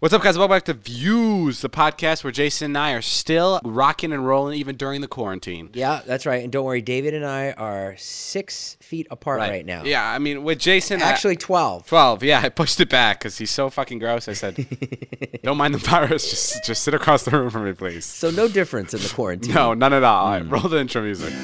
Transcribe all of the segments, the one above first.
What's up, guys? Welcome back to Views, the podcast where Jason and I are still rocking and rolling even during the quarantine. Yeah, that's right. And don't worry, David and I are six feet apart right, now. Yeah, I mean, with Jason. I- Actually, 12. 12, yeah, I pushed it back because he's so fucking gross. I said, don't mind the virus, just, just sit across the room from me, please. So, no difference in the quarantine. No, none at all. All Mm. right, roll the intro music.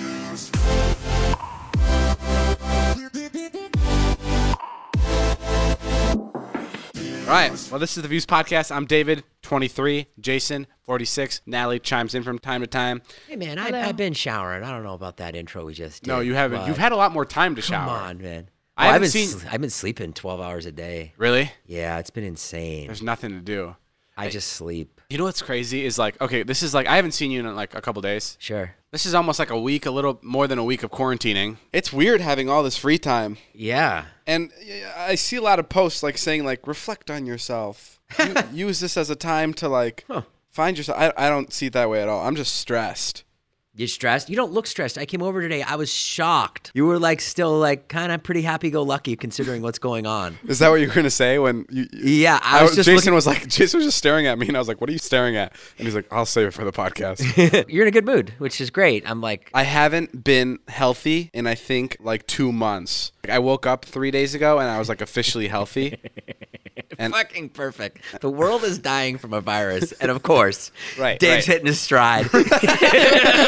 All right, well, this is the Views podcast. I'm David, 23, Jason, 46. Natalie chimes in from time to time. Hey, man, I, I've been showering. I don't know about that intro we just did. No, you haven't. but You've had a lot more time to Come shower. on, man. I Well, haven't I've, been seen- sl- I've been sleeping 12 hours a day. Really? Yeah, it's been insane. There's nothing to do. I just sleep. You know what's crazy is like, okay, this is like I haven't seen you in like a couple days. Sure. This is almost like a week, a little more than a week of quarantining. It's weird having all this free time. Yeah. And I see a lot of posts like saying like reflect on yourself. U- Use this as a time to like find yourself. I, I don't see it that way at all. I'm just stressed. You're stressed? You don't look stressed. I came over today. I was shocked. You were like still like kind of pretty happy go lucky considering what's going on. Is that what you were gonna say when you? Yeah, I was just Jason looking- was like Jason was just staring at me, and I was like, "What are you staring at?" And he's like, "I'll save it for the podcast." You're in a good mood, which is great. I'm like, I haven't been healthy in I think like two months. Like, I woke up three days ago and I was like officially healthy. And- fucking perfect. The world is dying from a virus, and of course, Right, Dave's right. hitting his stride. no,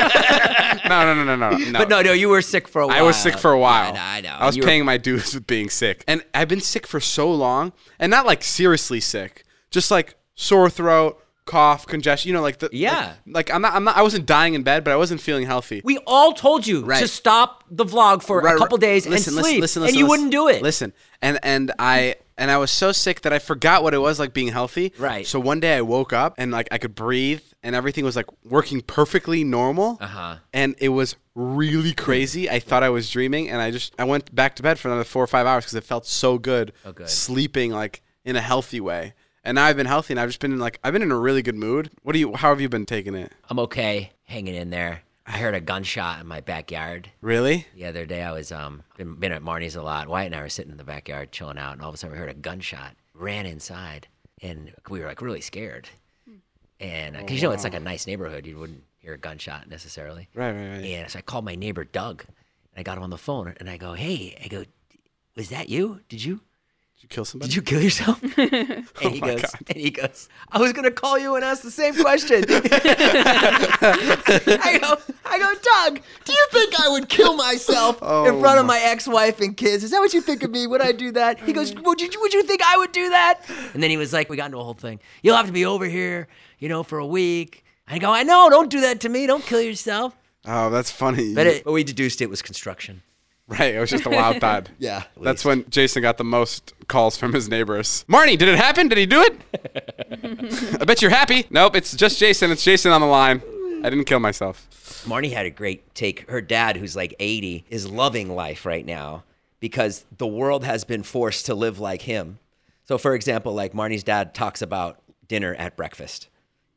no, no, no, no, no. But no, no, you were sick for a while. I was sick for a while. Yeah, I know. I was You were- paying my dues with being sick, and I've been sick for so long, and not like seriously sick, just like sore throat, cough, congestion. You know, like the Yeah. Like, like I'm not, I'm not, I wasn't dying in bed, but I wasn't feeling healthy. We all told you Right. to stop the vlog for Right, a couple right. days listen, and listen, sleep, listen, and listen, you listen. wouldn't do it. Listen, and and I and I was so sick that I forgot what it was like being healthy. Right. So one day I woke up and like I could breathe and everything was like working perfectly normal. Uh Uh-huh. huh. And it was really crazy. I thought I was dreaming, and I just I went back to bed for another four or five hours because it felt so good, Oh, good. sleeping like in a healthy way. And now I've been healthy, and I've just been in like I've been in a really good mood. What do you? How have you been taking it? I'm okay, hanging in there. I heard a gunshot in my backyard. Really? The other day, I was um been, been at Marnie's a lot. Wyatt and I were sitting in the backyard chilling out, and all of a sudden we heard a gunshot. Ran inside, and we were like really scared. And because you know it's like a nice neighborhood, you wouldn't hear a gunshot necessarily. Oh, Right, right, right. And so I called my neighbor Doug, and I got him on the phone, and I go, "Hey, I go, was that you? Did you Did you kill somebody? did you kill yourself?" Oh and he my goes, God. and he goes, "I was gonna call you and ask the same question." I go, I go, Doug, do you think I would kill myself in front of Oh my ex-wife and kids? Is that what you think of me? Would I do that? He goes, would you, would you think I would do that? And then he was like, we got into a whole thing. You'll have to be over here, you know, for a week. I go, I know, don't do that to me. Don't kill yourself. oh, that's funny. But, You- it, but we deduced it was construction. Right, it was just a wild thought. Yeah, at That's when Jason got the most calls from his neighbors. Marnie, did it happen? Did he do it? I bet you're happy. Nope, it's just Jason. It's Jason on the line. I didn't kill myself. Marnie had a great take. Her dad, who's like 80, is loving life right now because the world has been forced to live like him. So, for example, like Marnie's dad talks about dinner at breakfast.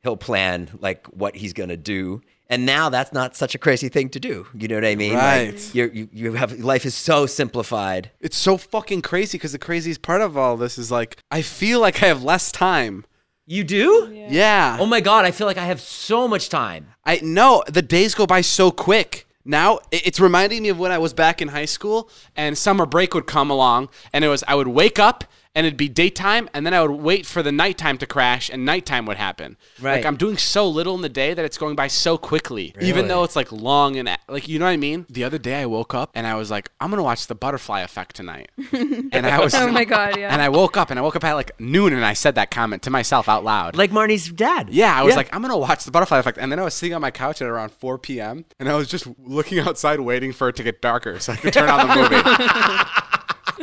He'll plan like what he's going to do. And now that's not such a crazy thing to do. You know what I mean? Like, Right. you're, you, you have life is so simplified. It's so fucking crazy because the craziest part of all this is like, I feel like I have less time. You do? Yeah. Oh my God, I feel like I have so much time. I no, the days go by so quick. Now i- it's reminding me of when I was back in high school and summer break would come along and it was I would wake up and it'd be daytime, and then I would wait for the nighttime to crash, and nighttime would happen. Right. Like I'm doing so little in the day that it's going by so quickly, Really? even though it's like long and like you know what I mean. The other day I woke up and I was like, I'm gonna watch the Butterfly Effect tonight, and I was Oh my God, yeah. And I woke up and I woke up at like noon, and I said that comment to myself out loud. Like Marnie's dad. Yeah, I was like, I'm gonna watch the butterfly effect, and then I was sitting on my couch at around 4 p.m. and I was just looking outside, waiting for it to get darker so I could turn on the movie.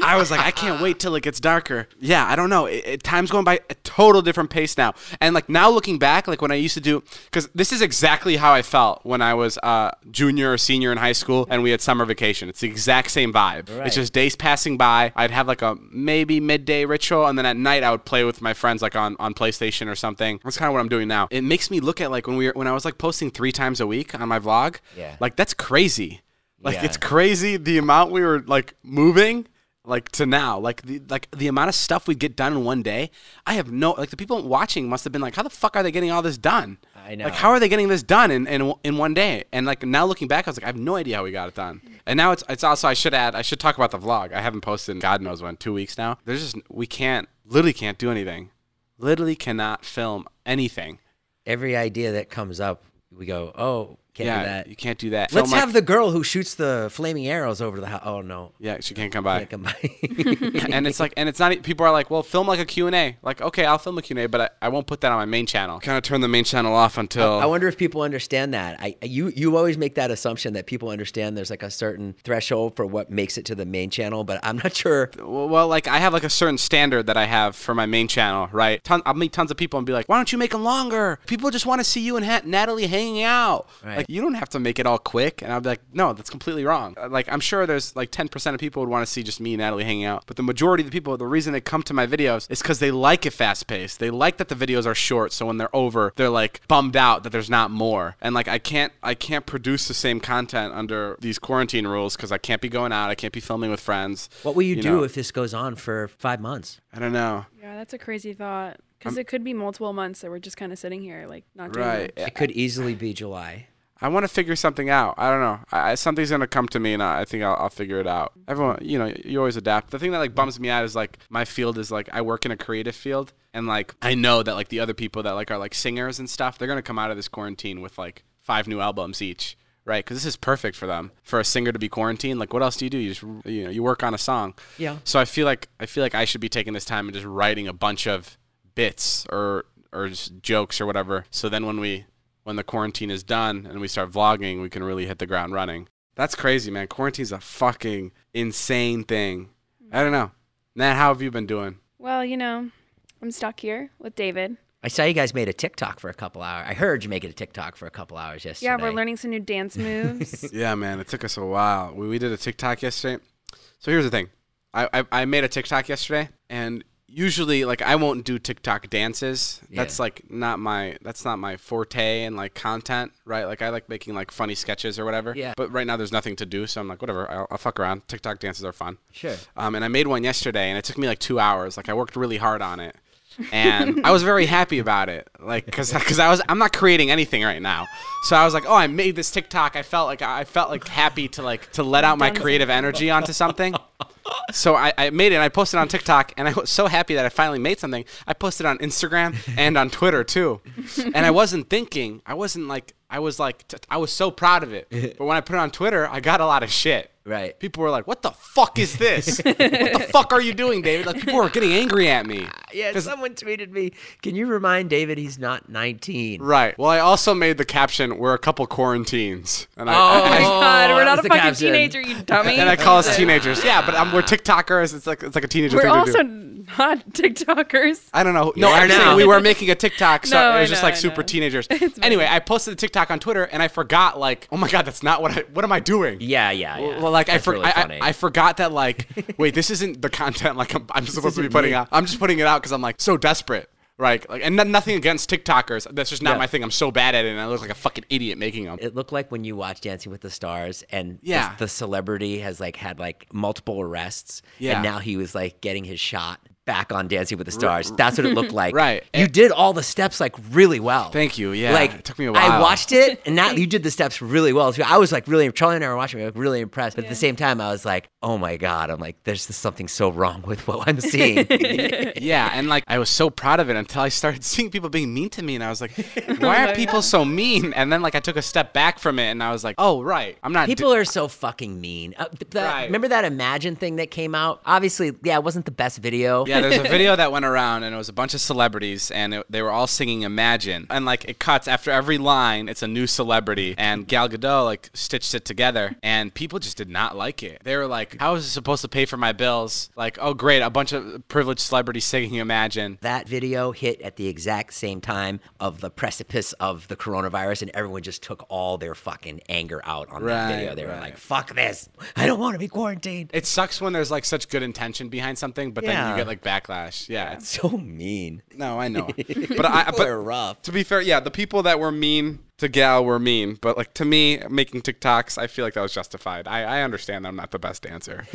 I was like, I can't wait till it gets darker. Yeah, I don't know. It, it- time's going by a total different pace now, and like now looking back, like when I used to do, because this is exactly how I felt when I was uh, junior or senior in high school, and we had summer vacation. It's the exact same vibe. Right. It's just days passing by. I'd have like a maybe midday ritual, and then at night I would play with my friends like on, on PlayStation or something. That's kind of what I'm doing now. It makes me look at like when we were, when I was like posting three times a week on my vlog. Yeah. Like that's crazy. Like Yeah. it's crazy the amount we were like moving like to now like the like the amount of stuff we get done in one day i have no like the people watching must have been like how the fuck are they getting all this done I know. like how are they getting this done in, in in one day and like now looking back i was like i have no idea how we got it done and now it's it's also i should add i should talk about the vlog i haven't posted in god knows when two weeks now there's just we can't literally can't do anything literally cannot film anything Every idea that comes up, we go, oh, can't yeah do that. you can't do that Film, Let's like- have the girl who shoots the flaming arrows over the house. Oh no, yeah she can't come by Like, am I- and it's like and it's not e- people are like well film like a q&a like okay i'll film a q&a but i, I won't put that on my main channel kind of turn the main channel off until I wonder if people understand that. I you you always make that assumption that people understand there's like a certain threshold for what makes it to the main channel, but I'm not sure. well, well, like I have like a certain standard that I have for my main channel, right? Ton- I'll meet tons of people and be like, "Why don't you make them longer? People just want to see you and ha- Natalie hanging out. Right. Like you don't have to make it all quick." And I'll be like, "No, that's completely wrong. Uh, Like I'm sure there's like 10% of people would want to see just me and Natalie hanging out, but the majority of the people, the reason they come to my videos is because they like it fast paced. They like that the videos are short, so when they're over, they're like bummed out that there's not more. And like I can't, I can't produce the same content under these quarantine rules because I can't be going out, I can't be filming with friends. What will you, do know? if this goes on for five months? I don't know. Yeah, that's a crazy thought. Because it could be multiple months that we're just kind of sitting here, like not doing Right. much. It could easily be July. I want to figure something out. I don't know. I, I- something's gonna come to me, and I, I think I'll, I'll figure it out. Everyone, you know, you always adapt. The thing that like bums me out is like my field is like I work in a creative field, and like I know that like the other people that like are like singers and stuff, they're gonna come out of this quarantine with like five new albums each, right? Because this is perfect for them for a singer to be quarantined. Like, what else do you do? You just you know you work on a song. Yeah. So I feel like I feel like I should be taking this time and just writing a bunch of bits or or just jokes or whatever. So then when we when the quarantine is done and we start vlogging, we can really hit the ground running. That's crazy, man. Quarantine's a fucking insane thing. I don't know. Nat, how have you been doing? Well, you know, I'm stuck here with David. I saw you guys made a TikTok for a couple hours. I heard you making a TikTok for a couple hours yesterday. Yeah, we're learning some new dance moves. Yeah, man. It took us a while. We, we did a TikTok yesterday. So here's the thing. I, I, I made a TikTok yesterday and usually like I won't do TikTok dances. That's Yeah. like not my that's not my forte and like content, right? Like I like making like funny sketches or whatever. Yeah. But right now there's nothing to do, so I'm like whatever. I'll, I'll fuck around. TikTok dances are fun. Sure. Um, and I made one yesterday, and it took me like two hours. Like I worked really hard on it, and I was very happy about it. Like, cause, 'cause I was I'm not creating anything right now, so I was like, oh, I made this TikTok. I felt like I felt like happy to like to let out my creative energy onto something. So I, I made it and I posted on TikTok and I was so happy that I finally made something. I posted on Instagram and on Twitter too. And I wasn't thinking, I wasn't like, I was like, t- I was so proud of it. But when I put it on Twitter, I got a lot of shit. Right. People were like, "What the fuck is this? what the fuck are you doing, David?" Like people were getting angry at me. Yeah, 'Cause- someone tweeted me, "Can you remind David he's not 19?" Right. Well, I also made the caption, "We're a couple quarantines," and I, oh my god, that we're not was a the fucking caption. teenager, you dummy. and I call us teenagers. Yeah, but um, we're TikTokers. It's like it's like a teenager We're thing to also do. not TikTokers. I don't know. No, are I'm now. saying we were making a TikTok, so No, it I was just know, like I super know. teenagers. It's anyway, I posted the TikTok on Twitter, and I forgot like, oh my god, that's not what I. What am I doing? Yeah, yeah, yeah. Well, like I, That's for- really I- I- funny. I forgot that like wait this isn't the content like I'm, I'm supposed to be isn't putting me. out. I'm just putting it out because I'm like so desperate, right? Like and no- nothing against TikTokers. That's just not Yeah. my thing. I'm so bad at it, and I look like a fucking idiot making them. it looked like when you watch Dancing with the Stars and the- Yeah. the, celebrity has like had like multiple arrests Yeah. and now he was like getting his shot back on Dancing with the Stars. That's what it looked like. Right. You did all the steps like really well. Thank you, yeah. Like It took me a I while. watched it, and that you did the steps really well too. I was like really Charlie and I were watching. We were like, really impressed, but at the same time, I was like, oh my god, I'm like, there's just something so wrong with what I'm seeing. yeah, and like I was so proud of it until I started seeing people being mean to me, and I was like, "Why are people so mean?" And then like I took a step back from it, and I was like, "Oh right, I'm not." People are so fucking mean. Uh, th- that- Right. Remember that Imagine thing that came out? Obviously, yeah, it wasn't the best video. yeah, there's a video that went around, and it was a bunch of celebrities, and it, they were all singing "Imagine," and like it cuts after every line, it's a new celebrity, and Gal Gadot like stitched it together, and people just did not like it. They were like, "How is this supposed to pay for my bills?" Like, "Oh great, a bunch of privileged celebrities singing "Imagine." That video hit at the exact same time of the precipice of the coronavirus, and everyone just took all their fucking anger out on that Right, video. They were right. like, fuck this. I don't want to be quarantined. It sucks when there's like such good intention behind something, but then Yeah. you get like backlash. Yeah, it's So mean. No, I know. But I People but are rough. to be fair, yeah, the people that were mean to Gal were mean, but like to me, making TikToks, I feel like that was justified. I, I understand that I'm not the best dancer.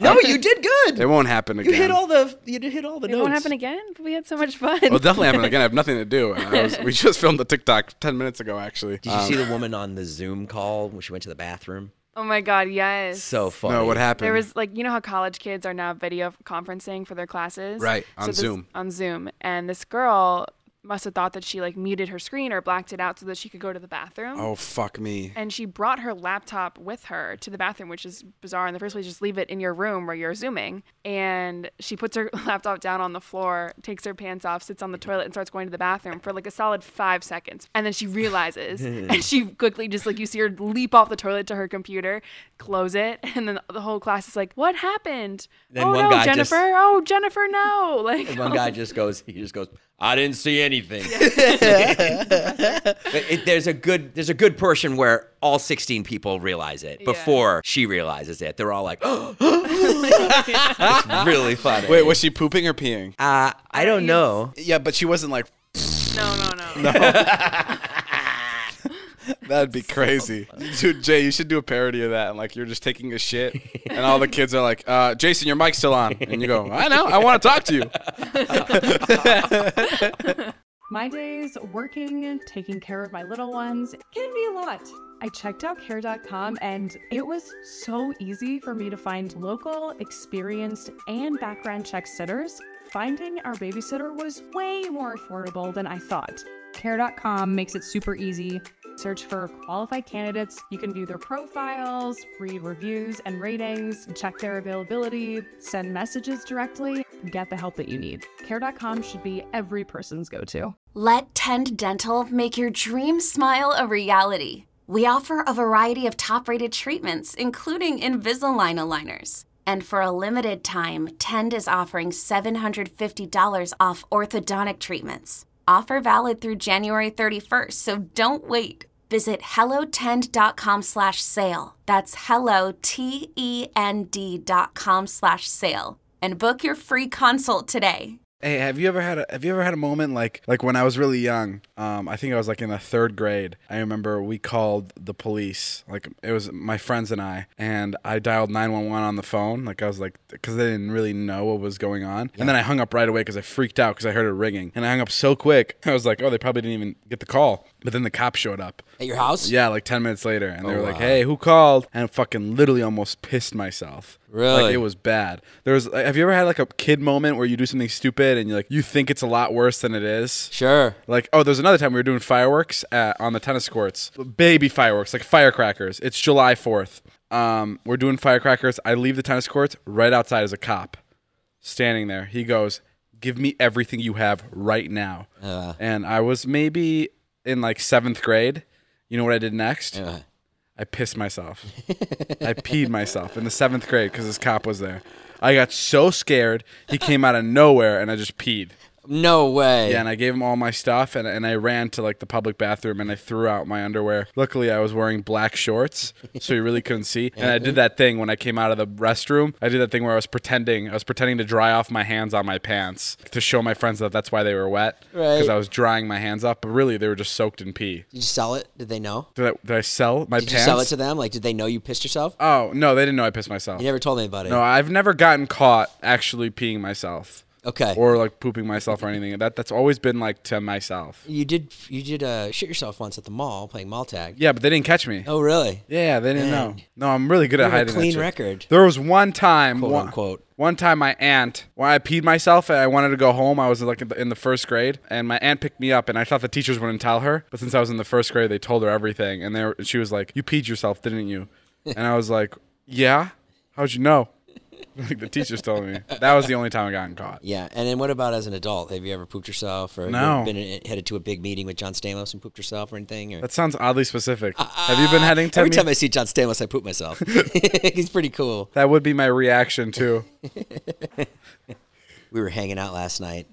No, you did good. it won't happen again. You hit all the you did hit all the It notes. won't happen again. But we had so much fun. It'll definitely happen again. I have nothing to do. I was, we just filmed the TikTok ten minutes ago, actually. Um, Did you see the woman on the Zoom call when she went to the bathroom? oh my god, yes. So funny. no, what happened? There was like you know how college kids are now video conferencing for their classes, Right, on this- Zoom. On Zoom, and this girl must have thought that she like muted her screen or blacked it out so that she could go to the bathroom. Oh fuck me. And she brought her laptop with her to the bathroom, which is bizarre in the first place. Just leave it in your room where you're zooming. And she puts her laptop down on the floor, takes her pants off, sits on the toilet, and starts going to the bathroom for like a solid five seconds. And then she realizes, and she quickly just like you see her leap off the toilet to her computer, close it, and then the whole class is like, "What happened? Then oh one no, guy Jennifer! just- Oh Jennifer, no!" Like And one guy just goes, he just goes, I didn't see anything. but it, there's a good, there's a good portion where all 16 people realize it before she realizes it. They're all like, it's really funny. Wait, was she pooping or peeing? uh, I don't know. yeah, but she wasn't like no, no, no. that'd be crazy. Dude, Jay, you should do a parody of that and like you're just taking a shit and all the kids are like, uh, Jason, your mic's still on and you go, I know, I wanna talk to you. My days working, taking care of my little ones can be a lot. I checked out care.com and it was so easy for me to find local, experienced, and background check sitters. Finding our babysitter was way more affordable than I thought. Care.com makes it super easy. Search for qualified candidates. You can view their profiles, read reviews and ratings, check their availability, send messages directly, and get the help that you need. Care.com should be every person's go to. Let Tend Dental make your dream smile a reality. We offer a variety of top rated treatments, including Invisalign aligners. And for a limited time, Tend is offering $750 off orthodontic treatments. Offer valid through January 31st, so don't wait. Visit hellotend.com slash sale. That's hello, T-E-N-D dot com slash sale. And book your free consult today. Hey, have you ever had a have you ever had a moment like like when I was really young? Um, I think I was like in the third grade. I remember we called the police. Like it was my friends and I, and I dialed nine one one on the phone. Like I was like because they didn't really know what was going on, and then I hung up right away because I freaked out because I heard it ringing, and I hung up so quick. I was like, oh, they probably didn't even get the call. But then the cop showed up. At your house? Yeah, like ten minutes later, and they were like, "Hey, who called?" And I fucking literally almost pissed myself. Really? Like it was bad. There was. Like, have you ever had like a kid moment where you do something stupid and you like you think it's a lot worse than it is? Sure. Like oh, there's another time we were doing fireworks at, on the tennis courts, baby fireworks, like firecrackers. It's July Fourth. Um, we're doing firecrackers. I leave the tennis courts. Right outside is a cop standing there. He goes, "Give me everything you have right now." And I was maybe in like seventh grade. You know what I did next? I pissed myself. I peed myself in the seventh grade because this cop was there. I got so scared. He came out of nowhere, and I just peed. No way. Yeah, and I gave him all my stuff, and, and I ran to like the public bathroom, and I threw out my underwear. Luckily, I was wearing black shorts, so you really couldn't see. And I did that thing when I came out of the restroom. I did that thing where I was pretending I was pretending to dry off my hands on my pants to show my friends that that's why they were wet, Because Right. I was drying my hands up, but really they were just soaked in pee. Did you sell it? Did they know? Did I, did I sell my Did you pants? sell it to them? Like, did they know you pissed yourself? oh no, they didn't know I pissed myself. You never told anybody. no, I've never gotten caught actually peeing myself. Okay. or like pooping myself or anything. That that's always been like to myself. you did you did uh, shit yourself once at the mall playing mall tag. Yeah, but they didn't catch me. Oh really? Yeah, they didn't Man. know. No, I'm really good at You have a hiding. that clean shit. record. There was one time, Quote, one, unquote. one time my aunt, when I peed myself and I wanted to go home, I was like in the, in the first grade, and my aunt picked me up, and I thought the teachers wouldn't tell her, but since I was in the first grade, they told her everything, and they were, she was like, "You peed yourself, didn't you?" and I was like, "Yeah, how'd you know?" like the teachers told me. That was the only time I gotten caught. Yeah. And then what about as an adult? Have you ever pooped yourself or No. you been in- headed to a big meeting with John Stamos and pooped yourself or anything? Or? That sounds oddly specific. Have you been heading to Uh, Every me- time I see John Stamos, I poop myself. He's pretty cool. That would be my reaction too. We were hanging out last night,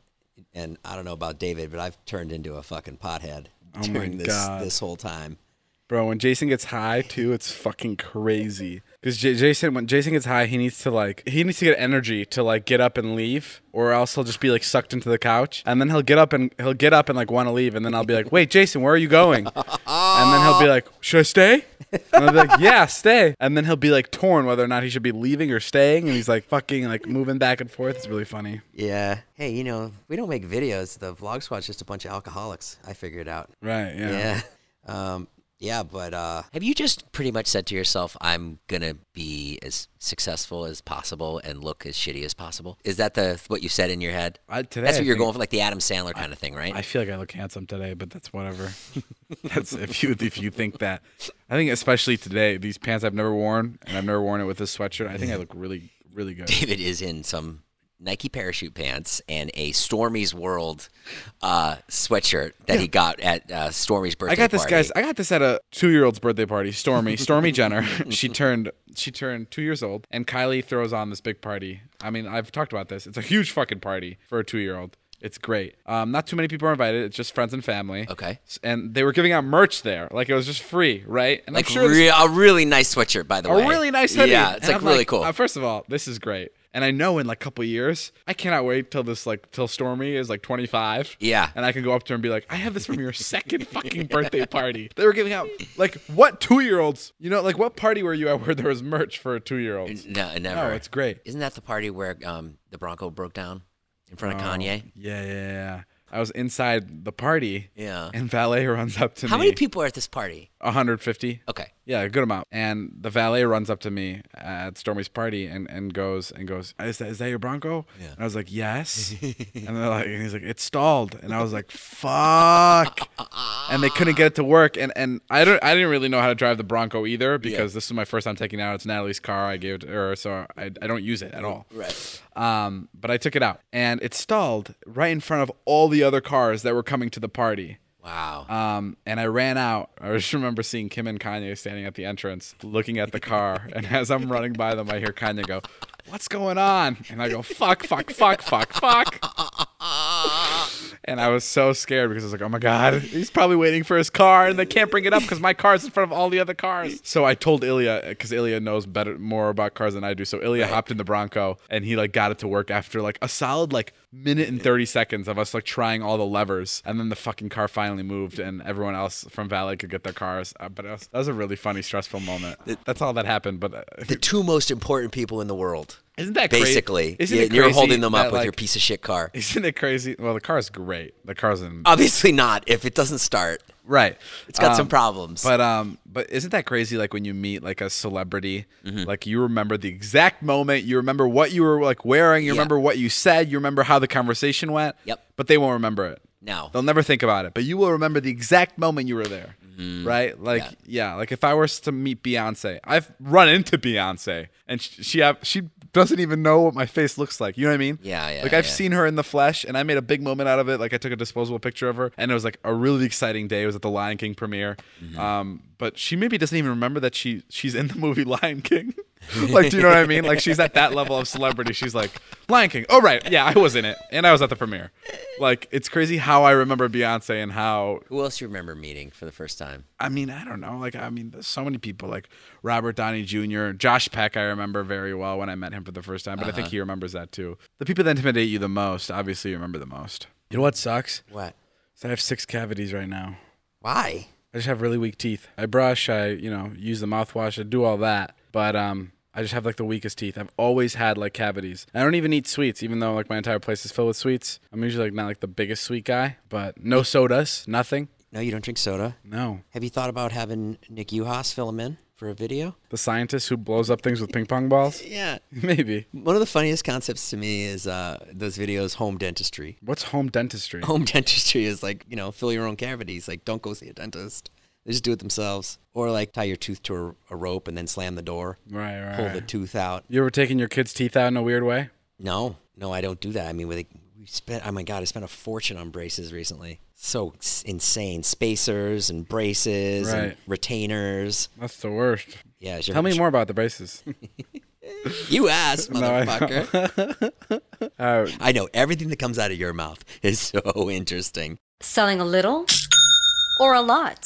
and I don't know about David, but I've turned into a fucking pothead Oh my during this God. this whole time. Bro, when Jason gets high too, it's fucking crazy. Because J- Jason, when Jason gets high, he needs to like he needs to get energy to like get up and leave, or else he'll just be like sucked into the couch, and then he'll get up and he'll get up and like want to leave, and then I'll be like, "Wait, Jason, where are you going?" And then he'll be like, "Should I stay?" And I'll be like, "Yeah, stay." And then he'll be like torn whether or not he should be leaving or staying, and he's like fucking like moving back and forth. It's really funny, Yeah. Hey, you know, we don't make videos. The vlog squad's just a bunch of alcoholics. I figured it out. right? Yeah. Yeah. Um, yeah, but uh, have you just pretty much said to yourself, "I'm gonna be as successful as possible and look as shitty as possible"? Is that the what you said in your head? I- today That's I what you're think- going for, like the Adam Sandler kind of thing, right? I feel like I look handsome today, but that's whatever. that's if you if you think that. I think especially today, these pants I've never worn, and I've never worn it with this sweatshirt. I think I look really really good. David is in some Nike parachute pants and a Stormy's World uh, sweatshirt that he got at uh, Stormy's birthday I got this party. guys. I got this at a two year old's birthday party. Stormy Stormy Jenner. she turned she turned two years old, and Kylie throws on this big party. I mean, I've talked about this. It's a huge fucking party for a two year old. It's great. Um, not too many people are invited. It's just friends and family. Okay. S- And they were giving out merch there, like it was just free, right? And Like I'm sure this- re- a really nice sweatshirt, by the way. a really nice hoodie. Yeah, it's And like I'm really cool. uh, first of all, this is great. And I know in like a couple years, I cannot wait till this like till Stormy is like 25. Yeah. And I can go up to her and be like, I have this from your second fucking birthday party. They were giving out like what two year olds? You know, like what party were you at where there was merch for a two year old? no, No, never. it's great. Isn't that the party where um, the Bronco broke down in front of Kanye? Yeah, yeah, yeah. I was inside the party. Yeah. And valet runs up to How me. many people are at this party? 150. Okay. Yeah, a good amount. And the valet runs up to me at Stormy's party and, and goes and goes, is that, is that your Bronco? Yeah. And I was like, yes. and they're like, and he's like, it stalled. And I was like, fuck. and they couldn't get it to work. And and I don't I didn't really know how to drive the Bronco either because this is my first time taking it out. It's Natalie's car. I gave it to her, so I, I don't use it at all. Right. Um, but I took it out and it stalled right in front of all the other cars that were coming to the party. Wow. Um, and I ran out. I just remember seeing Kim and Kanye standing at the entrance, looking at the car. And as I'm running by them, I hear Kanye go, "What's going on?" And I go, "Fuck, fuck, fuck, fuck, fuck." And I was so scared because I was like, "Oh my god, he's probably waiting for his car, and they can't bring it up because my car's in front of all the other cars." So I told Ilya because Ilya knows better, more about cars than I do. So Ilya hopped in the Bronco and he like got it to work after like a solid like minute and 30 seconds of us like trying all the levers and then the fucking car finally moved and everyone else from valet could get their cars uh, but it was, that was a really funny stressful moment that's all that happened but uh, the two most important people in the world. isn't that crazy? Basically, isn't Yeah, it you're crazy holding them up that, with like, your piece of shit car. isn't it crazy well the car's great the car's in Obviously not. If it doesn't start, right it's got Um, some problems. But um, but isn't that crazy? Like when you meet like a celebrity, Mm-hmm. like you remember the exact moment, you remember what you were like wearing, you Yeah. remember what you said, you remember how the conversation went. Yep. But they won't remember it. No. They'll never think about it. But you will remember the exact moment you were there. Mm-hmm. Right? Like yeah. Like if I were to meet Beyonce, I've run into Beyonce, and she she, have, she doesn't even know what my face looks like. You know what I mean? Yeah, yeah, Like I've yeah. seen seen her in the flesh and I made a big moment out of it. Like I took a disposable picture of her and it was like a really exciting day. It was at the Lion King premiere. Mm-hmm. Um, but she maybe doesn't even remember that she she's in the movie Lion King. like, do you know what I mean? Like she's at that level of celebrity. She's like, Lion King. Oh right, yeah, I was in it. And I was at the premiere. Like, it's crazy how I remember Beyonce and how Who else you remember meeting for the first time? I mean, I don't know. Like, I mean, there's so many people like Robert Downey Jr., Josh Peck. I remember very well when I met him for the first time, but I think he remembers that too. The people that intimidate you the most, obviously, you remember the most. You know what sucks? What? Is I have six cavities right now. Why? I just have really weak teeth. I brush. I you know use the mouthwash. I do all that, but um, I just have like the weakest teeth. I've always had like cavities. I don't even eat sweets, even though like my entire place is filled with sweets. I'm usually like not like the biggest sweet guy, but no sodas, nothing. No, you don't drink soda. No. Have you thought about having Nick Uhas fill him in for a video? The scientist who blows up things with ping pong balls? Yeah. Maybe. One of the funniest concepts to me is uh, those videos, home dentistry. What's home dentistry? Home dentistry is like, you know, fill your own cavities. Like, don't go see a dentist. They just do it themselves. Or like tie your tooth to a, a rope and then slam the door, Right, right. pull right. the tooth out. you ever taking your kid's teeth out in a weird way? No, no, I don't do that. I mean, with a, we spent. Oh my god, I spent a fortune on braces recently. So s- insane spacers and braces and Right. retainers. That's the worst. Yeah, sure. Tell me more about the braces. You ass, I know. motherfucker. Uh, I know everything that comes out of your mouth is so interesting. Selling a little or a lot?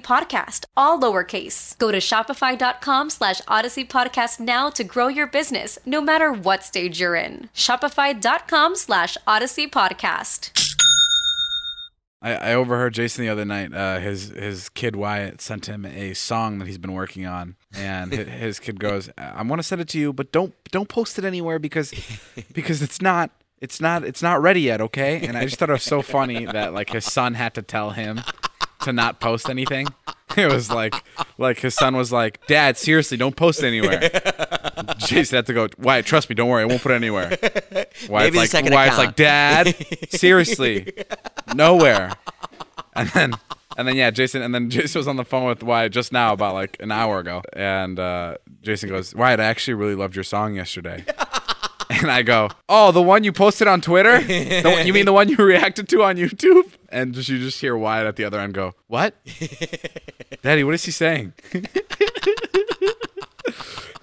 podcast, all lowercase. Go to shopify.com slash odyssey podcast now to grow your business, no matter what stage you're in. Shopify.com slash odyssey podcast. I, I overheard Jason the other night. Uh, his his kid Wyatt sent him a song that he's been working on, and his, his kid goes, "I want to send it to you, but don't don't post it anywhere because because it's not." It's not it's not ready yet, okay? And I just thought it was so funny that like his son had to tell him to not post anything. It was like like his son was like, "Dad, seriously, don't post it anywhere." Jason had to go, "Wyatt, trust me, don't worry, I won't put it anywhere." Wyatt's the like second Wyatt's account. like, "Dad, seriously, nowhere." and then and then yeah, Jason and then Jason was on the phone with Wyatt just now about like an hour ago, and uh, Jason goes, "Wyatt, I actually really loved your song yesterday." And I go, oh, the one you posted on Twitter? The one, you mean the one you reacted to on YouTube? And just, you just hear Wyatt at the other end go, what? Daddy, what is he saying? and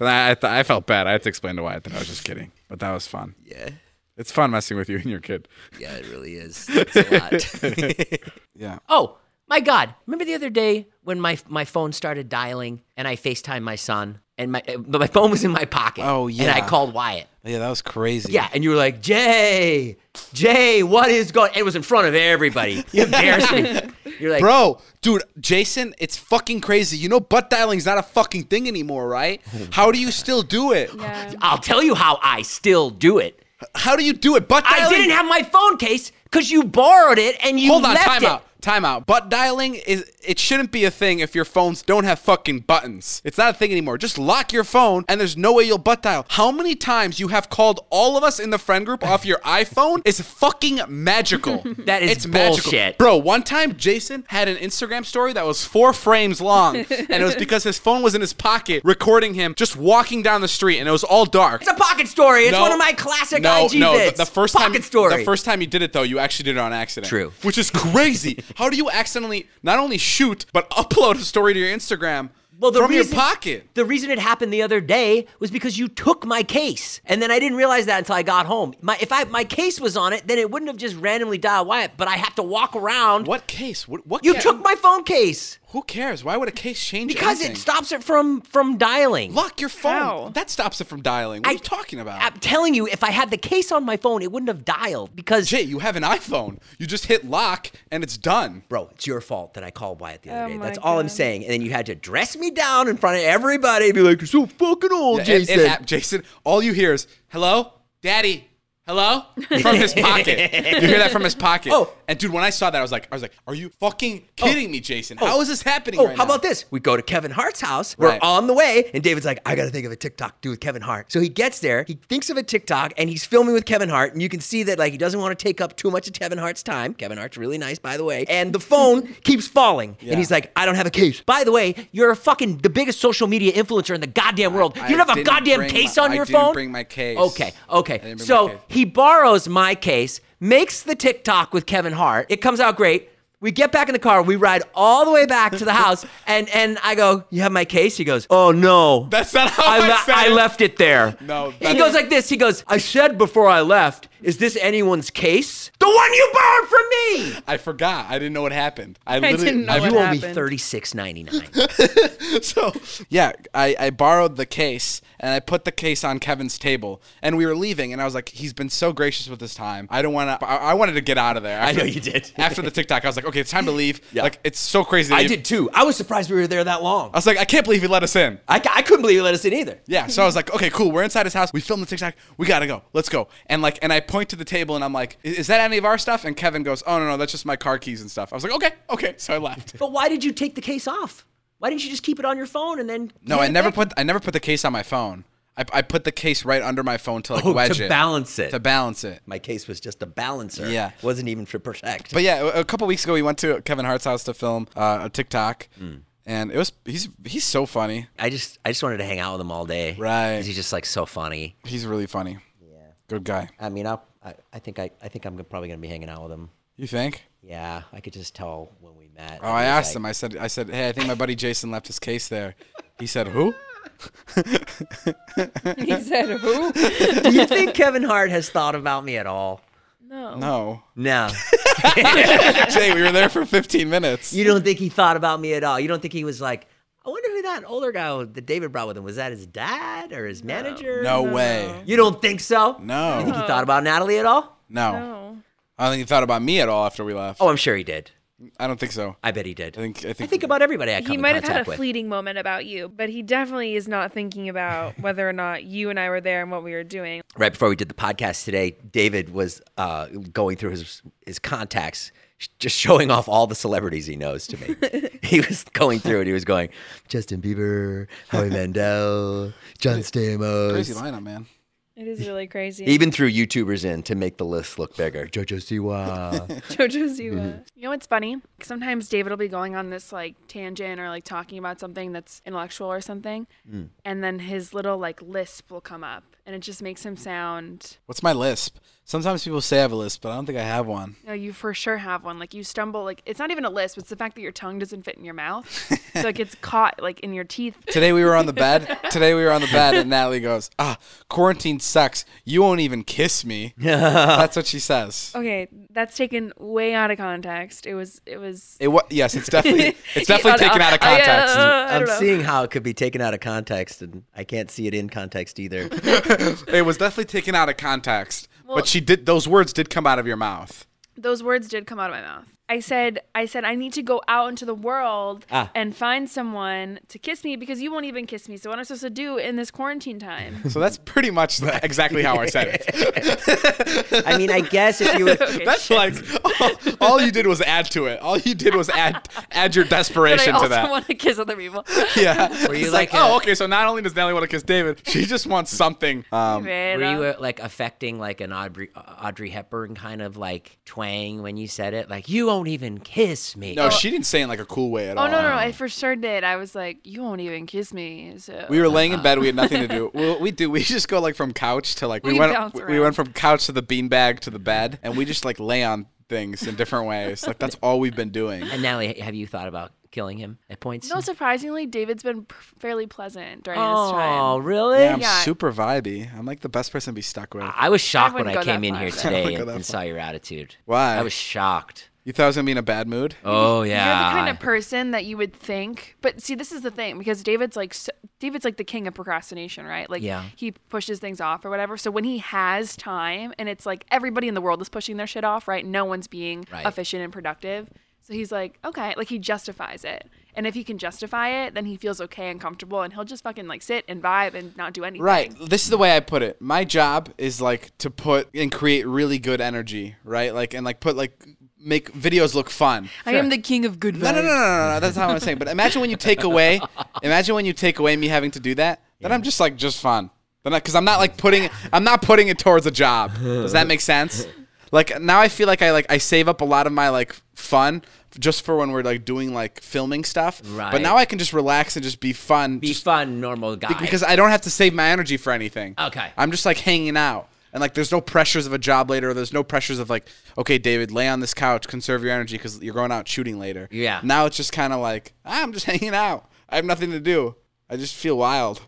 I, I, th- I felt bad. I had to explain to Wyatt that I was just kidding, but that was fun. Yeah, It's fun messing with you and your kid. yeah, it really is. It's a lot. Yeah. Oh my God! Remember the other day when my my phone started dialing and I Facetime my son and my but my phone was in my pocket. Oh, And I yeah. called Wyatt. Yeah, that was crazy. Yeah, and you were like, Jay, Jay, what is going? It was in front of everybody. You embarrassed me. You're like, Bro, dude, Jason, it's fucking crazy. You know, butt dialing's not a fucking thing anymore, right? Oh How do you still do it? Yeah. I'll tell you how I still do it. How do you do it? Butt dialing. I didn't have my phone case because you borrowed it and you Hold on, left time it. out, time out. Butt dialing is it shouldn't be a thing if your phones don't have fucking buttons. It's not a thing anymore. Just lock your phone, and there's no way you'll butt dial. How many times you have called all of us in the friend group off your iPhone is fucking magical. That is it's magical, bullshit. bro. One time Jason had an Instagram story that was four frames long, and it was because his phone was in his pocket recording him just walking down the street, and it was all dark. It's a pocket story. It's No. one of my classic no, IG no, the- bits. The, first pocket time, story. The first time you did it though, you actually did it on accident. True. Which is crazy. How do you accidentally not only shoot but upload a story to your Instagram from your pocket? The reason it happened the other day was because you took my case, and then I didn't realize that until I got home. My if I my case was on it, then it wouldn't have just randomly dialed Wyatt. But I have to walk around. What case? What? what You ca- took my phone case Who cares? Why would a case change? because anything? it stops it from from dialing. Lock your phone. How? That stops it from dialing. What are I- you talking about? I'm telling you, if I had the case on my phone, it wouldn't have dialed because Jay, you have an iPhone. You just hit lock and it's done. Bro, it's your fault that I called Wyatt the Oh other day. my That's all I'm God. saying. And then you had to dress me down in front of everybody and be like, you're so fucking old, Yeah, it- Jason. It, hap- Jason, all you hear is hello, daddy, Hello? From his pocket. you hear that from his pocket. Oh. And dude, when I saw that, I was like, I was like, are you Oh. fucking kidding me, Jason? How is this happening Oh, right how now? about this? We go to Kevin Hart's house. Right. We're on the way, and David's like, I gotta think of a TikTok to do with Kevin Hart. So he gets there, he thinks of a TikTok, and he's filming with Kevin Hart, and you can see that like he doesn't want to take up too much of Kevin Hart's time. Kevin Hart's really nice, by the way. And the phone keeps falling, Yeah. and he's like, I don't have a case. By the way, you're fucking the biggest social media influencer in the goddamn world. I you don't have a didn't goddamn bring case my- on I your didn't phone. bring my case. Okay, I okay. didn't bring my So case. he borrows my case, makes the TikTok with Kevin Hart. It comes out great. We get back in the car. We ride all the way back to the house, and and I go, "You have my case." He goes, "Oh no, That's not how I, I, le- said I it. left it there." No, he that's- goes like this. He goes, "I said before I left, is this anyone's case? The one you borrowed from me." I forgot. I didn't know what happened. I, literally didn't know I- what You owe me happened? thirty six ninety nine. so yeah, I, I borrowed the case and I put the case on Kevin's table, and we were leaving, and I was like, he's been so gracious with his time. I don't want to. I, I wanted to get out of there. After, know you did. after the TikTok, I was like, okay, it's time to leave. Yeah. Like it's so crazy. That I you- did too. I was surprised we were there that long. I was like, I can't believe he let us in. I, I couldn't believe you let us in either. Yeah. So I was like, okay, cool. We're inside his house. We filmed the TikTok. We gotta go. Let's go. And like, and I point to the table and I'm like, "I- is that any of our stuff? And Kevin goes, oh no no, that's just my car keys and stuff. I was like, okay, okay. So I left. But why did you take the case off? Why didn't you just keep it on your phone and then? No, I never put I never put the case on my phone. I, I put the case right under my phone to like Oh, wedge to it. balance it. To balance it. My case was just a balancer. Yeah. It wasn't even to protect. But yeah, a a couple weeks ago we went to Kevin Hart's house to film uh, a TikTok, and it was he's he's so funny. I just I just wanted to hang out with him all day. Right. 'Cause He's just like so funny. He's really funny. Yeah. Good guy. I mean, I'll, I I think I I think I'm probably gonna be hanging out with him. You think? Yeah, I could just tell when we met. Oh, I asked him. I said, I said, hey, I think my buddy Jason left his case there. He said, who? He said, "Who?" Do you think Kevin Hart has thought about me at all? Oh. No. No. No. Jay, we were there for 15 minutes. you don't think he thought about me at all? You don't think he was like, I wonder who that older guy that David brought with him was? That his dad or his manager? no way. You don't think so? You think No. he Oh. thought about Natalie at all? No. No. I don't think he thought about me at all after we left. Oh, I'm sure he did. I don't think so. I bet he did. I think. I think. I think about everybody I come He in might have had contact a with. fleeting moment about you, but he definitely is not thinking about whether or not you and I were there and what we were doing. right before we did the podcast today, David was uh, going through his his contacts, sh- just showing off all the celebrities he knows to me. he was going through it. He was going Justin Bieber, Howie Mandel, John Crazy Stamos, lineup, man. It is really crazy. even threw YouTubers in to make the list look bigger. JoJo Siwa. JoJo Siwa. Mm-hmm. You know what's funny? Sometimes David will be going on this like tangent or like talking about something that's intellectual or something, Mm. and then his little like lisp will come up, and it just makes him sound. What's my lisp? Sometimes people say I have a lisp, but I don't think I have one. No, you for sure have one. Like you stumble. Like it's not even a lisp. It's the fact that your tongue doesn't fit in your mouth, so it gets caught like in your teeth. Today we were on the bed. Today we were on the bed, and Natalie goes, "Ah, quarantine sucks. You won't even kiss me." That's what she says. Okay, that's taken way out of context. It was. It was. It wa- yes, it's definitely it's definitely Yeah, taken out of I- I- context. uh, I I'm don't know. seeing how it could be taken out of context, and I can't see it in context either. It was definitely taken out of context. but she did; those words did come out of your mouth. those words did come out of my mouth. I said, I said, I need to go out into the world Ah. and find someone to kiss me because you won't even kiss me. So what am I supposed to do in this quarantine time? So that's pretty much exactly how I said it. I mean, I guess if you would. That's like all, all you did was add to it. All you did was add add your But I desperation also to that. want to kiss other people. yeah. Were you It's like, like a- oh, okay. So not only does Nelly want to kiss David, she just wants something. Um, Man, Were uh, you uh, like affecting like an Audrey uh, Audrey Hepburn kind of like twang when you said it? Like you won't even kiss me. no, she didn't say it in like a cool way at all. oh no, no, I for sure did. I was like, you won't even kiss me. So We were laying in bed. We had nothing to do. Well, we do. We just go like from couch to like we, We went. bounce We around. went from couch to the beanbag to the bed, and we just like lay on things in different ways. Like that's all we've been doing. And Natalie, have you thought about killing him at points? no, surprisingly, David's been p- fairly pleasant during this oh, time. really? Yeah, I'm Yeah. super vibey. I'm like the best person to be stuck with. I was shocked when wouldn't I go that came in far. here I wouldn't today go and, that and saw your attitude. Why? I was shocked. You thought I was gonna be in a bad mood? Oh You're yeah. the kind of person that you would think, but see, this is the thing because David's like so, David's like the king of procrastination, right? Like Yeah. he pushes things off or whatever. So when he has time, and it's like everybody in the world is pushing their shit off, right? No one's being Right. efficient and productive. So he's like, okay, like he justifies it, And if he can justify it, then he feels okay and comfortable, and he'll just fucking like sit and vibe and not do anything. Right. This is the way I put it. My job is like to put and create really good energy, right? Like and like put like make videos look fun. I am the king of good vibes. No, no, no, no, no, no. That's not what I'm saying. But imagine when you take away, imagine when you take away me having to do that. Then I'm just like just fun. Then because I'm not like putting, I'm not putting it towards a job. Does that make sense? Like now I feel like I like I save up a lot of my like fun just for when we're like doing like filming stuff. But Right. now I can just relax and just be fun. Be just fun, normal guy. because I don't have to save my energy for anything. Okay. I'm just like hanging out. And like, there's no pressures of a job later. Or there's no pressures of like, okay, David, lay on this couch, conserve your energy because you're going out shooting later. Yeah. Now it's just kind of like, "Ah, I'm just hanging out. I have nothing to do. I just feel wild.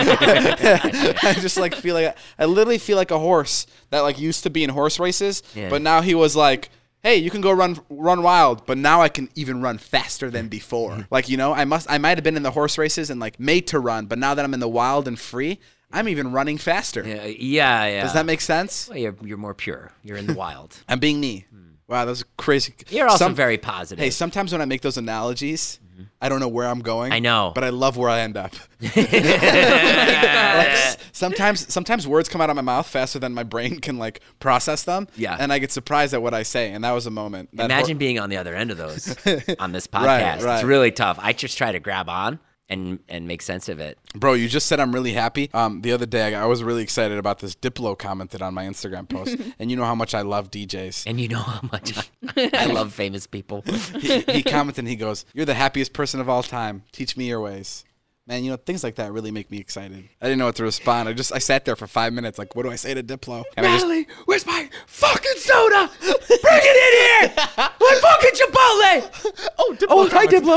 I just like feel like I literally feel like a horse that like used to be in horse races, but now he was like, "Hey, you can go run run wild," but now I can even run faster than before. like you know, I must I might have been in the horse races and like made to run, but now that I'm in the wild and free, I'm even running faster. yeah, Uh, yeah, yeah. Does that make sense? Well, you're, you're more pure. You're in the wild. I'm being me. Wow, those are crazy. Hmm. You're also Some- very positive. Hey, sometimes when I make those analogies, I don't know where I'm going. Mm-hmm. I know. but I love where I end up. Like, s- sometimes, sometimes words come out of my mouth faster than my brain can like process them. Yeah. and I get surprised at what I say, and that was a moment. That Imagine hor- being on the other end of those on this podcast. Uh, Right, right. It's really tough. I just try to grab on and and make sense of it. bro, you just said I'm really happy. Um, the other day I I was really excited about this. Diplo commented on my Instagram post, and you know how much I love DJs. And you know how much I, I love famous people. he, he commented and he goes, You're the happiest person of all time. Teach me your ways. Man, you know, things like that really make me excited. I didn't know what to respond. I just I sat there for five minutes, like, what do I say to Diplo? And I just- Natalie, where's my fucking soda? Bring it in here. My fucking Chipotle. Oh, Diplo. Oh, hi, Diplo.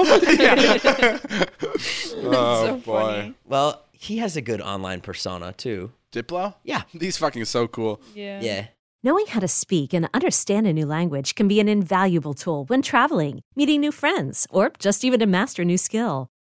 oh boy. Well, he has a good online persona too. Diplo? Yeah. He's fucking so cool. Yeah. Knowing how to speak and understand a new language can be an invaluable tool when traveling, meeting new friends, or just even to master a new skill.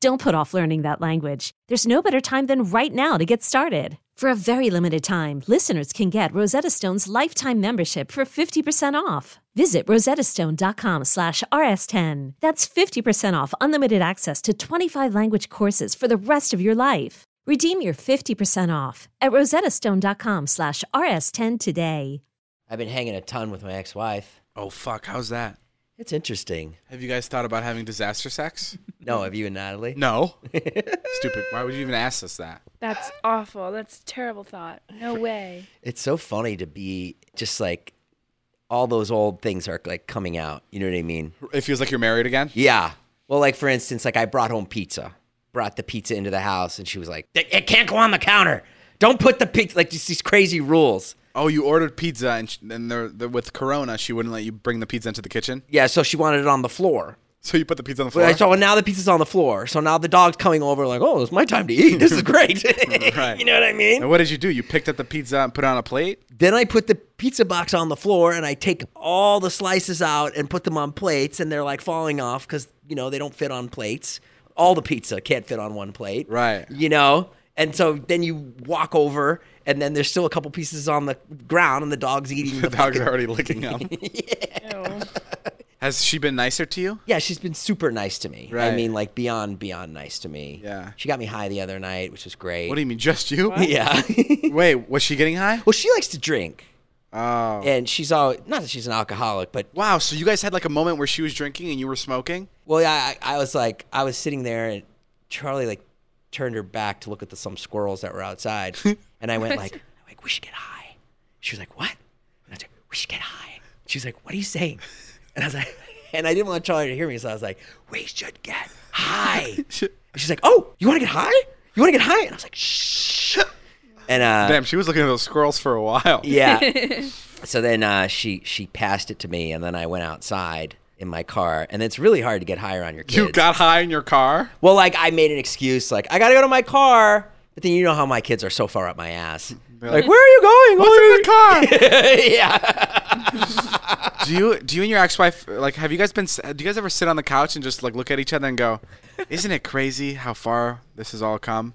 Don't put off learning that language. There's no better time than right now to get started. For a very limited time, listeners can get Rosetta Stone's lifetime membership for 50% off. Visit rosettastone.com slash rs10. That's 50% off unlimited access to 25 language courses for the rest of your life. Redeem your 50% off at rosettastone.com slash rs10 today. I've been hanging a ton with my ex-wife. Oh fuck, how's that? It's interesting. Have you guys thought about having disaster sex? No, have you and Natalie? No. Stupid. Why would you even ask us that? That's awful. That's a terrible thought. No way. It's so funny to be just like all those old things are like coming out. You know what I mean? It feels like you're married again. Yeah. Well, like for instance, like I brought home pizza, brought the pizza into the house, and she was like, "It it can't go on the counter. Don't put the pizza." Like just these crazy rules. Oh, you ordered pizza, and, sh- and there there- with Corona, she wouldn't let you bring the pizza into the kitchen. Yeah. So she wanted it on the floor. So you put the pizza on the floor. But I saw well, now the pizza's on the floor. So now the dog's coming over, like, "Oh, it's my time to eat. This is great." Right. you know what I mean? And what did you do? You picked up the pizza and put it on a plate? Then I put the pizza box on the floor and I take all the slices out and put them on plates and they're like falling off because, you know, they don't fit on plates. All the pizza can't fit on one plate. Right. You know? And so then you walk over and then there's still a couple pieces on the ground and the dog's eating The the dog's already licking them. Ew. Has she been nicer to you? Yeah, she's been super nice to me. Right. I mean, like beyond, beyond nice to me. Yeah. She got me high the other night, which was great. What do you mean, just you? Yeah. Wait, was she getting high? well, she likes to drink. Oh. And she's all, not that she's an alcoholic, but Wow, so you guys had like a moment where she was drinking and you were smoking? Well, yeah, I, I was like, I was sitting there, and Charlie like turned her back to look at the, some squirrels that were outside, and I went like, I'm like we should get high. She was like, what? And I was like, we should get high. She was like, what are you saying? And I was like, and I didn't want Charlie to hear me, so I was like, we should get high. and she's like, oh, you want to get high? You want to get high? And I was like, shh. And uh, Damn, she was looking at those squirrels for a while. yeah. so then uh, she she passed it to me, and then I went outside in my car, and it's really hard to get higher on your kids. You got high in your car? Well, like I made an excuse, like I gotta go to my car. But then you know how my kids are so far up my ass. Like, where are you going? What's Where in the car? are you-" yeah. do you do you and your ex-wife like have you guys been s- do you guys ever sit on the couch and just like look at each other and go, "Isn't it crazy how far this has all come?"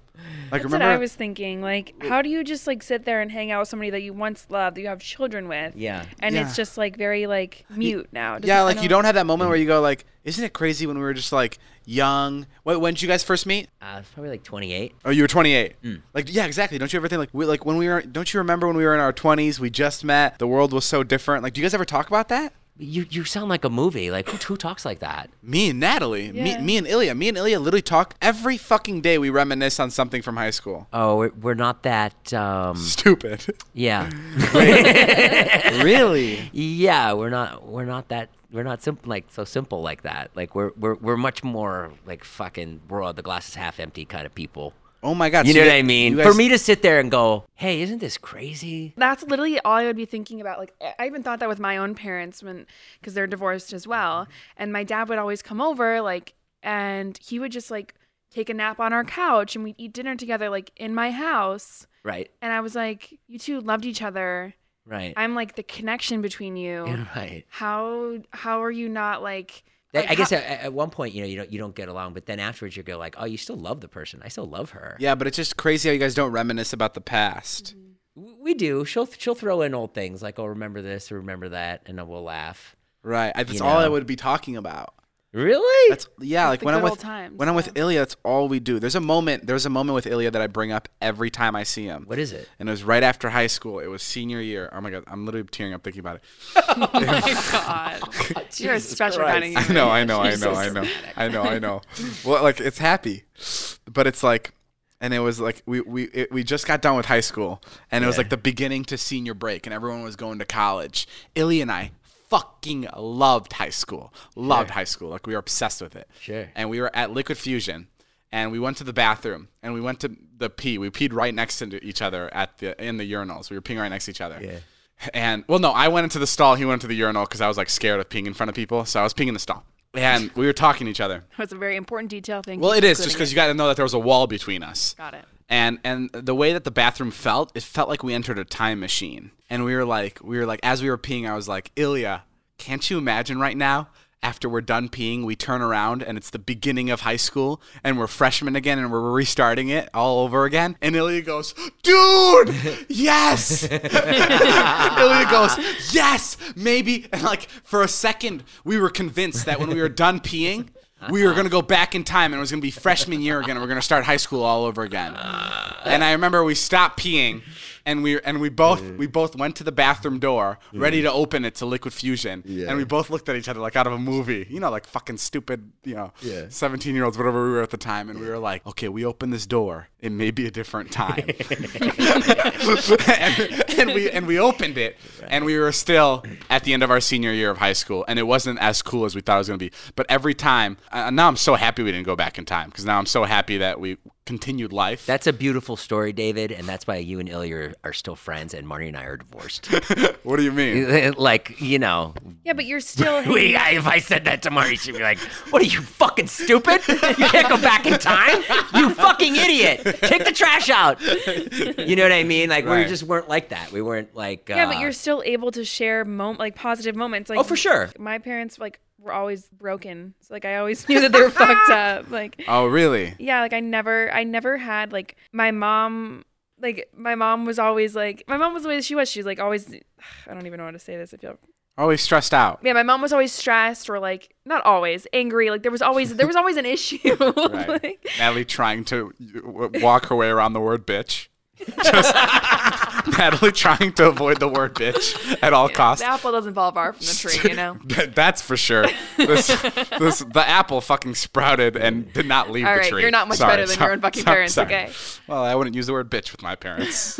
Like That's remember what I was thinking. Like, how do you just like sit there and hang out with somebody that you once loved, that you have children with? Yeah. And Yeah. it's just like very like mute now. It Yeah, doesn't- I like you don't have that moment where you go like, "Isn't it crazy when we were just like young?" Wait, when did you guys first meet? Uh, it's probably like 28. Oh, you were 28. Mm. Like, yeah, exactly. Don't you ever think like, we, like when we were? Don't you remember when we were in our 20s? We just met. The world was so different. Like, do you guys ever talk about that? You you sound like a movie. Like who, who talks like that? Me and Natalie, Yeah. me, me and Ilya, me and Ilya literally talk every fucking day. We reminisce on something from high school. Oh, we're, we're not that. Um, Stupid. yeah, really? yeah. We're not we're not that we're not simple like so simple like that. Like we're we're we're much more like fucking raw. The glass is half empty kind of people. Oh my god. You so know what guys- I mean? you For guys- me to sit there and go, hey, isn't this crazy? That's literally all I would be thinking about. Like I- I even thought that with my own parents when, because they're divorced as well, and my dad would always come over, like, and he would just like take a nap on our couch, and we'd eat dinner together, like in my house. Right, And I was like, you two loved each other. right, I'm like the connection between you. right. How how are you not like? That- like, I guess how- at, at one point, you know, you don't you don't get along, but then afterwards you go like, oh, you still love the person. I still love her. Yeah, but it's just crazy how you guys don't reminisce about the past. Mm-hmm. W- We do. She'll she'll throw in old things like, oh, remember this or remember that, and then we'll laugh. Right. I- That's You all I know. would be talking about. Really? That's yeah, like the when I'm good with old times, when I'm with Ilya, that's all we do. There's a moment, there's a moment with Ilya that I bring up every time I see him. what is it? And it was right after high school. It was senior year. Oh my god, I'm literally tearing up thinking about it. God. You're a special kind of I human. know, I know, I know, I know, I know, I know. Well, like it's happy, but it's like, and it was like we we it, we just got done with high school, and it was like the beginning to senior break, and everyone was going to college. Illy and I fucking loved high school, loved high school, like we were obsessed with it. Sure. And we were at Liquid Fusion. And we went to the bathroom, and we went to the pee. We peed right next to each other at the in the urinals. We were peeing right next to each other. Yeah. And well, no, I went into the stall. He went into the urinal because I was like scared of peeing in front of people. So I was peeing in the stall. And we were talking to each other. That's a very important detail. Thank Well, you. it for is just including because you got to know that there was a wall between us. Got it. And and the way that the bathroom felt, it felt like we entered a time machine. And we were like, we were like, as we were peeing, I was like, Ilya, can't you imagine right now? After we're done peeing, we turn around and it's the beginning of high school, and we're freshmen again, and we're restarting it all over again. And Ilya goes, "Dude, yes!" Ilya goes, "Yes, maybe." And like for a second, we were convinced that when we were done peeing, we were gonna go back in time, and it was gonna be freshman year again, and we're gonna start high school all over again. And I remember we stopped peeing, and we and we both we both went to the bathroom door, ready to open it to liquid fusion, and we both looked at each other like out of a movie, you know, like fucking stupid, you know, seventeen year olds, whatever we were at the time, and we were like, okay, we open this door, it may be a different time. and, and we and we opened it, and we were still at the end of our senior year of high school, and it wasn't as cool as we thought it was going to be. But every time, uh, now I'm so happy we didn't go back in time because now I'm so happy that we continued life. That's a beautiful story, David, and that's why you and Ilya are, are still friends, and Marty and I are divorced. what do you mean? like, you know, Yeah, but you're still. we, I, if I said that to Marty, she'd be like, "What are you fucking stupid? You can't go back in time. You fucking idiot! Kick the trash out." You know what I mean? Like Right. we just weren't like that. We weren't like. Uh, yeah, but you're still able to share mom- like positive moments. Like Oh, for sure. My parents like were always broken. So, like I always knew that they were fucked up. Like Oh, really? yeah, like I never I never had like my mom like my mom was always like my mom was the way that she was. She was like always I don't even know how to say this. I feel Always stressed out. yeah, my mom was always stressed or like not always angry. Like there was always there was always an issue. Right. Like, Natalie trying to w- walk her way around the word bitch. Just Natalie trying to avoid the word bitch at all costs. the apple doesn't fall far from the tree, you know. That- That's for sure. This, this, the apple fucking sprouted and did not leave All the right, tree. you're not much Sorry, better than sorry, your own fucking sorry, parents, sorry. okay? Well, I wouldn't use the word bitch with my parents.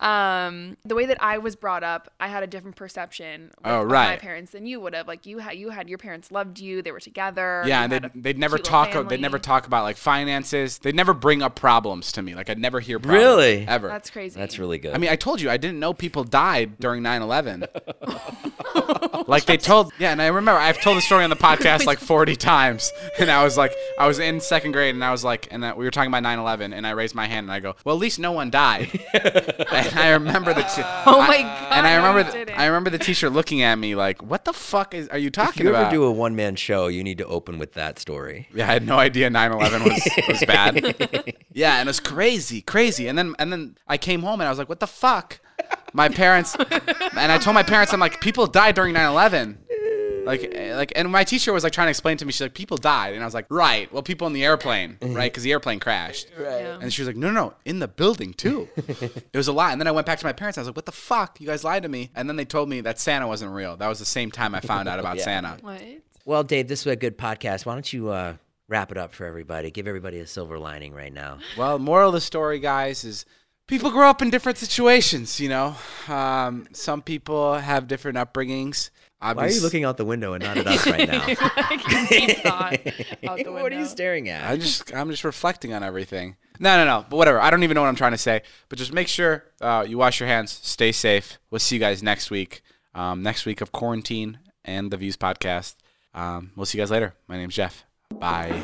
um the way that I was brought up, I had a different perception with- Oh, of my right. parents than you would have. Like you had you had your parents loved you, they were together. yeah, you and had they'd, a they'd never cute little talk. They'd never family. talk about like finances. They'd never bring up problems to me. Like I'd never hear problems Really? ever. That's crazy. That's really good. I mean, I told you I didn't know people died during 9/11. like they told, yeah, and I remember I've told the story on the podcast like 40 times, and I was like, I was in second grade, and I was like, and uh, we were talking about 9/11, and I raised my hand, and I go, well, at least no one died. and I remember the, t- oh my and I God, no, remember, you th- didn't. I remember the teacher looking at me like, what the fuck is are you If talking you about? ever do a one man show, you need to open with that story. Yeah, I had no idea 9/11 was, was bad. yeah, and it was crazy, crazy. And then and then I came home and I was like, "What the fuck?" My parents and I told my parents I'm like, "People died during 9/11." Like eh, like and my teacher was like trying to explain to me she's like, "People died." And I was like, "Right. Well, people in the airplane, right? Cuz the airplane crashed." Right. And she was like, "No, no, no, in the building too." it was a lie. And then I went back to my parents. I was like, "What the fuck? You guys lied to me." And then they told me that Santa wasn't real. That was the same time I found out about Santa. What? Well, Dave, this was a good podcast. Why don't you uh, wrap it up for everybody? Give everybody a silver lining right now. Well, moral of the story, guys, is people grow up in different situations. You know, um, some people have different upbringings. Why are you looking out the window and not at us right now? Deep thought out the what are window. you staring at? I just, I'm just reflecting on everything. No, no, no. But whatever. I don't even know what I'm trying to say. But just make sure uh, you wash your hands, stay safe. We'll see you guys next week. Um, next week of quarantine and the Views podcast. Um, we'll see you guys later. My name's Jeff. Bye.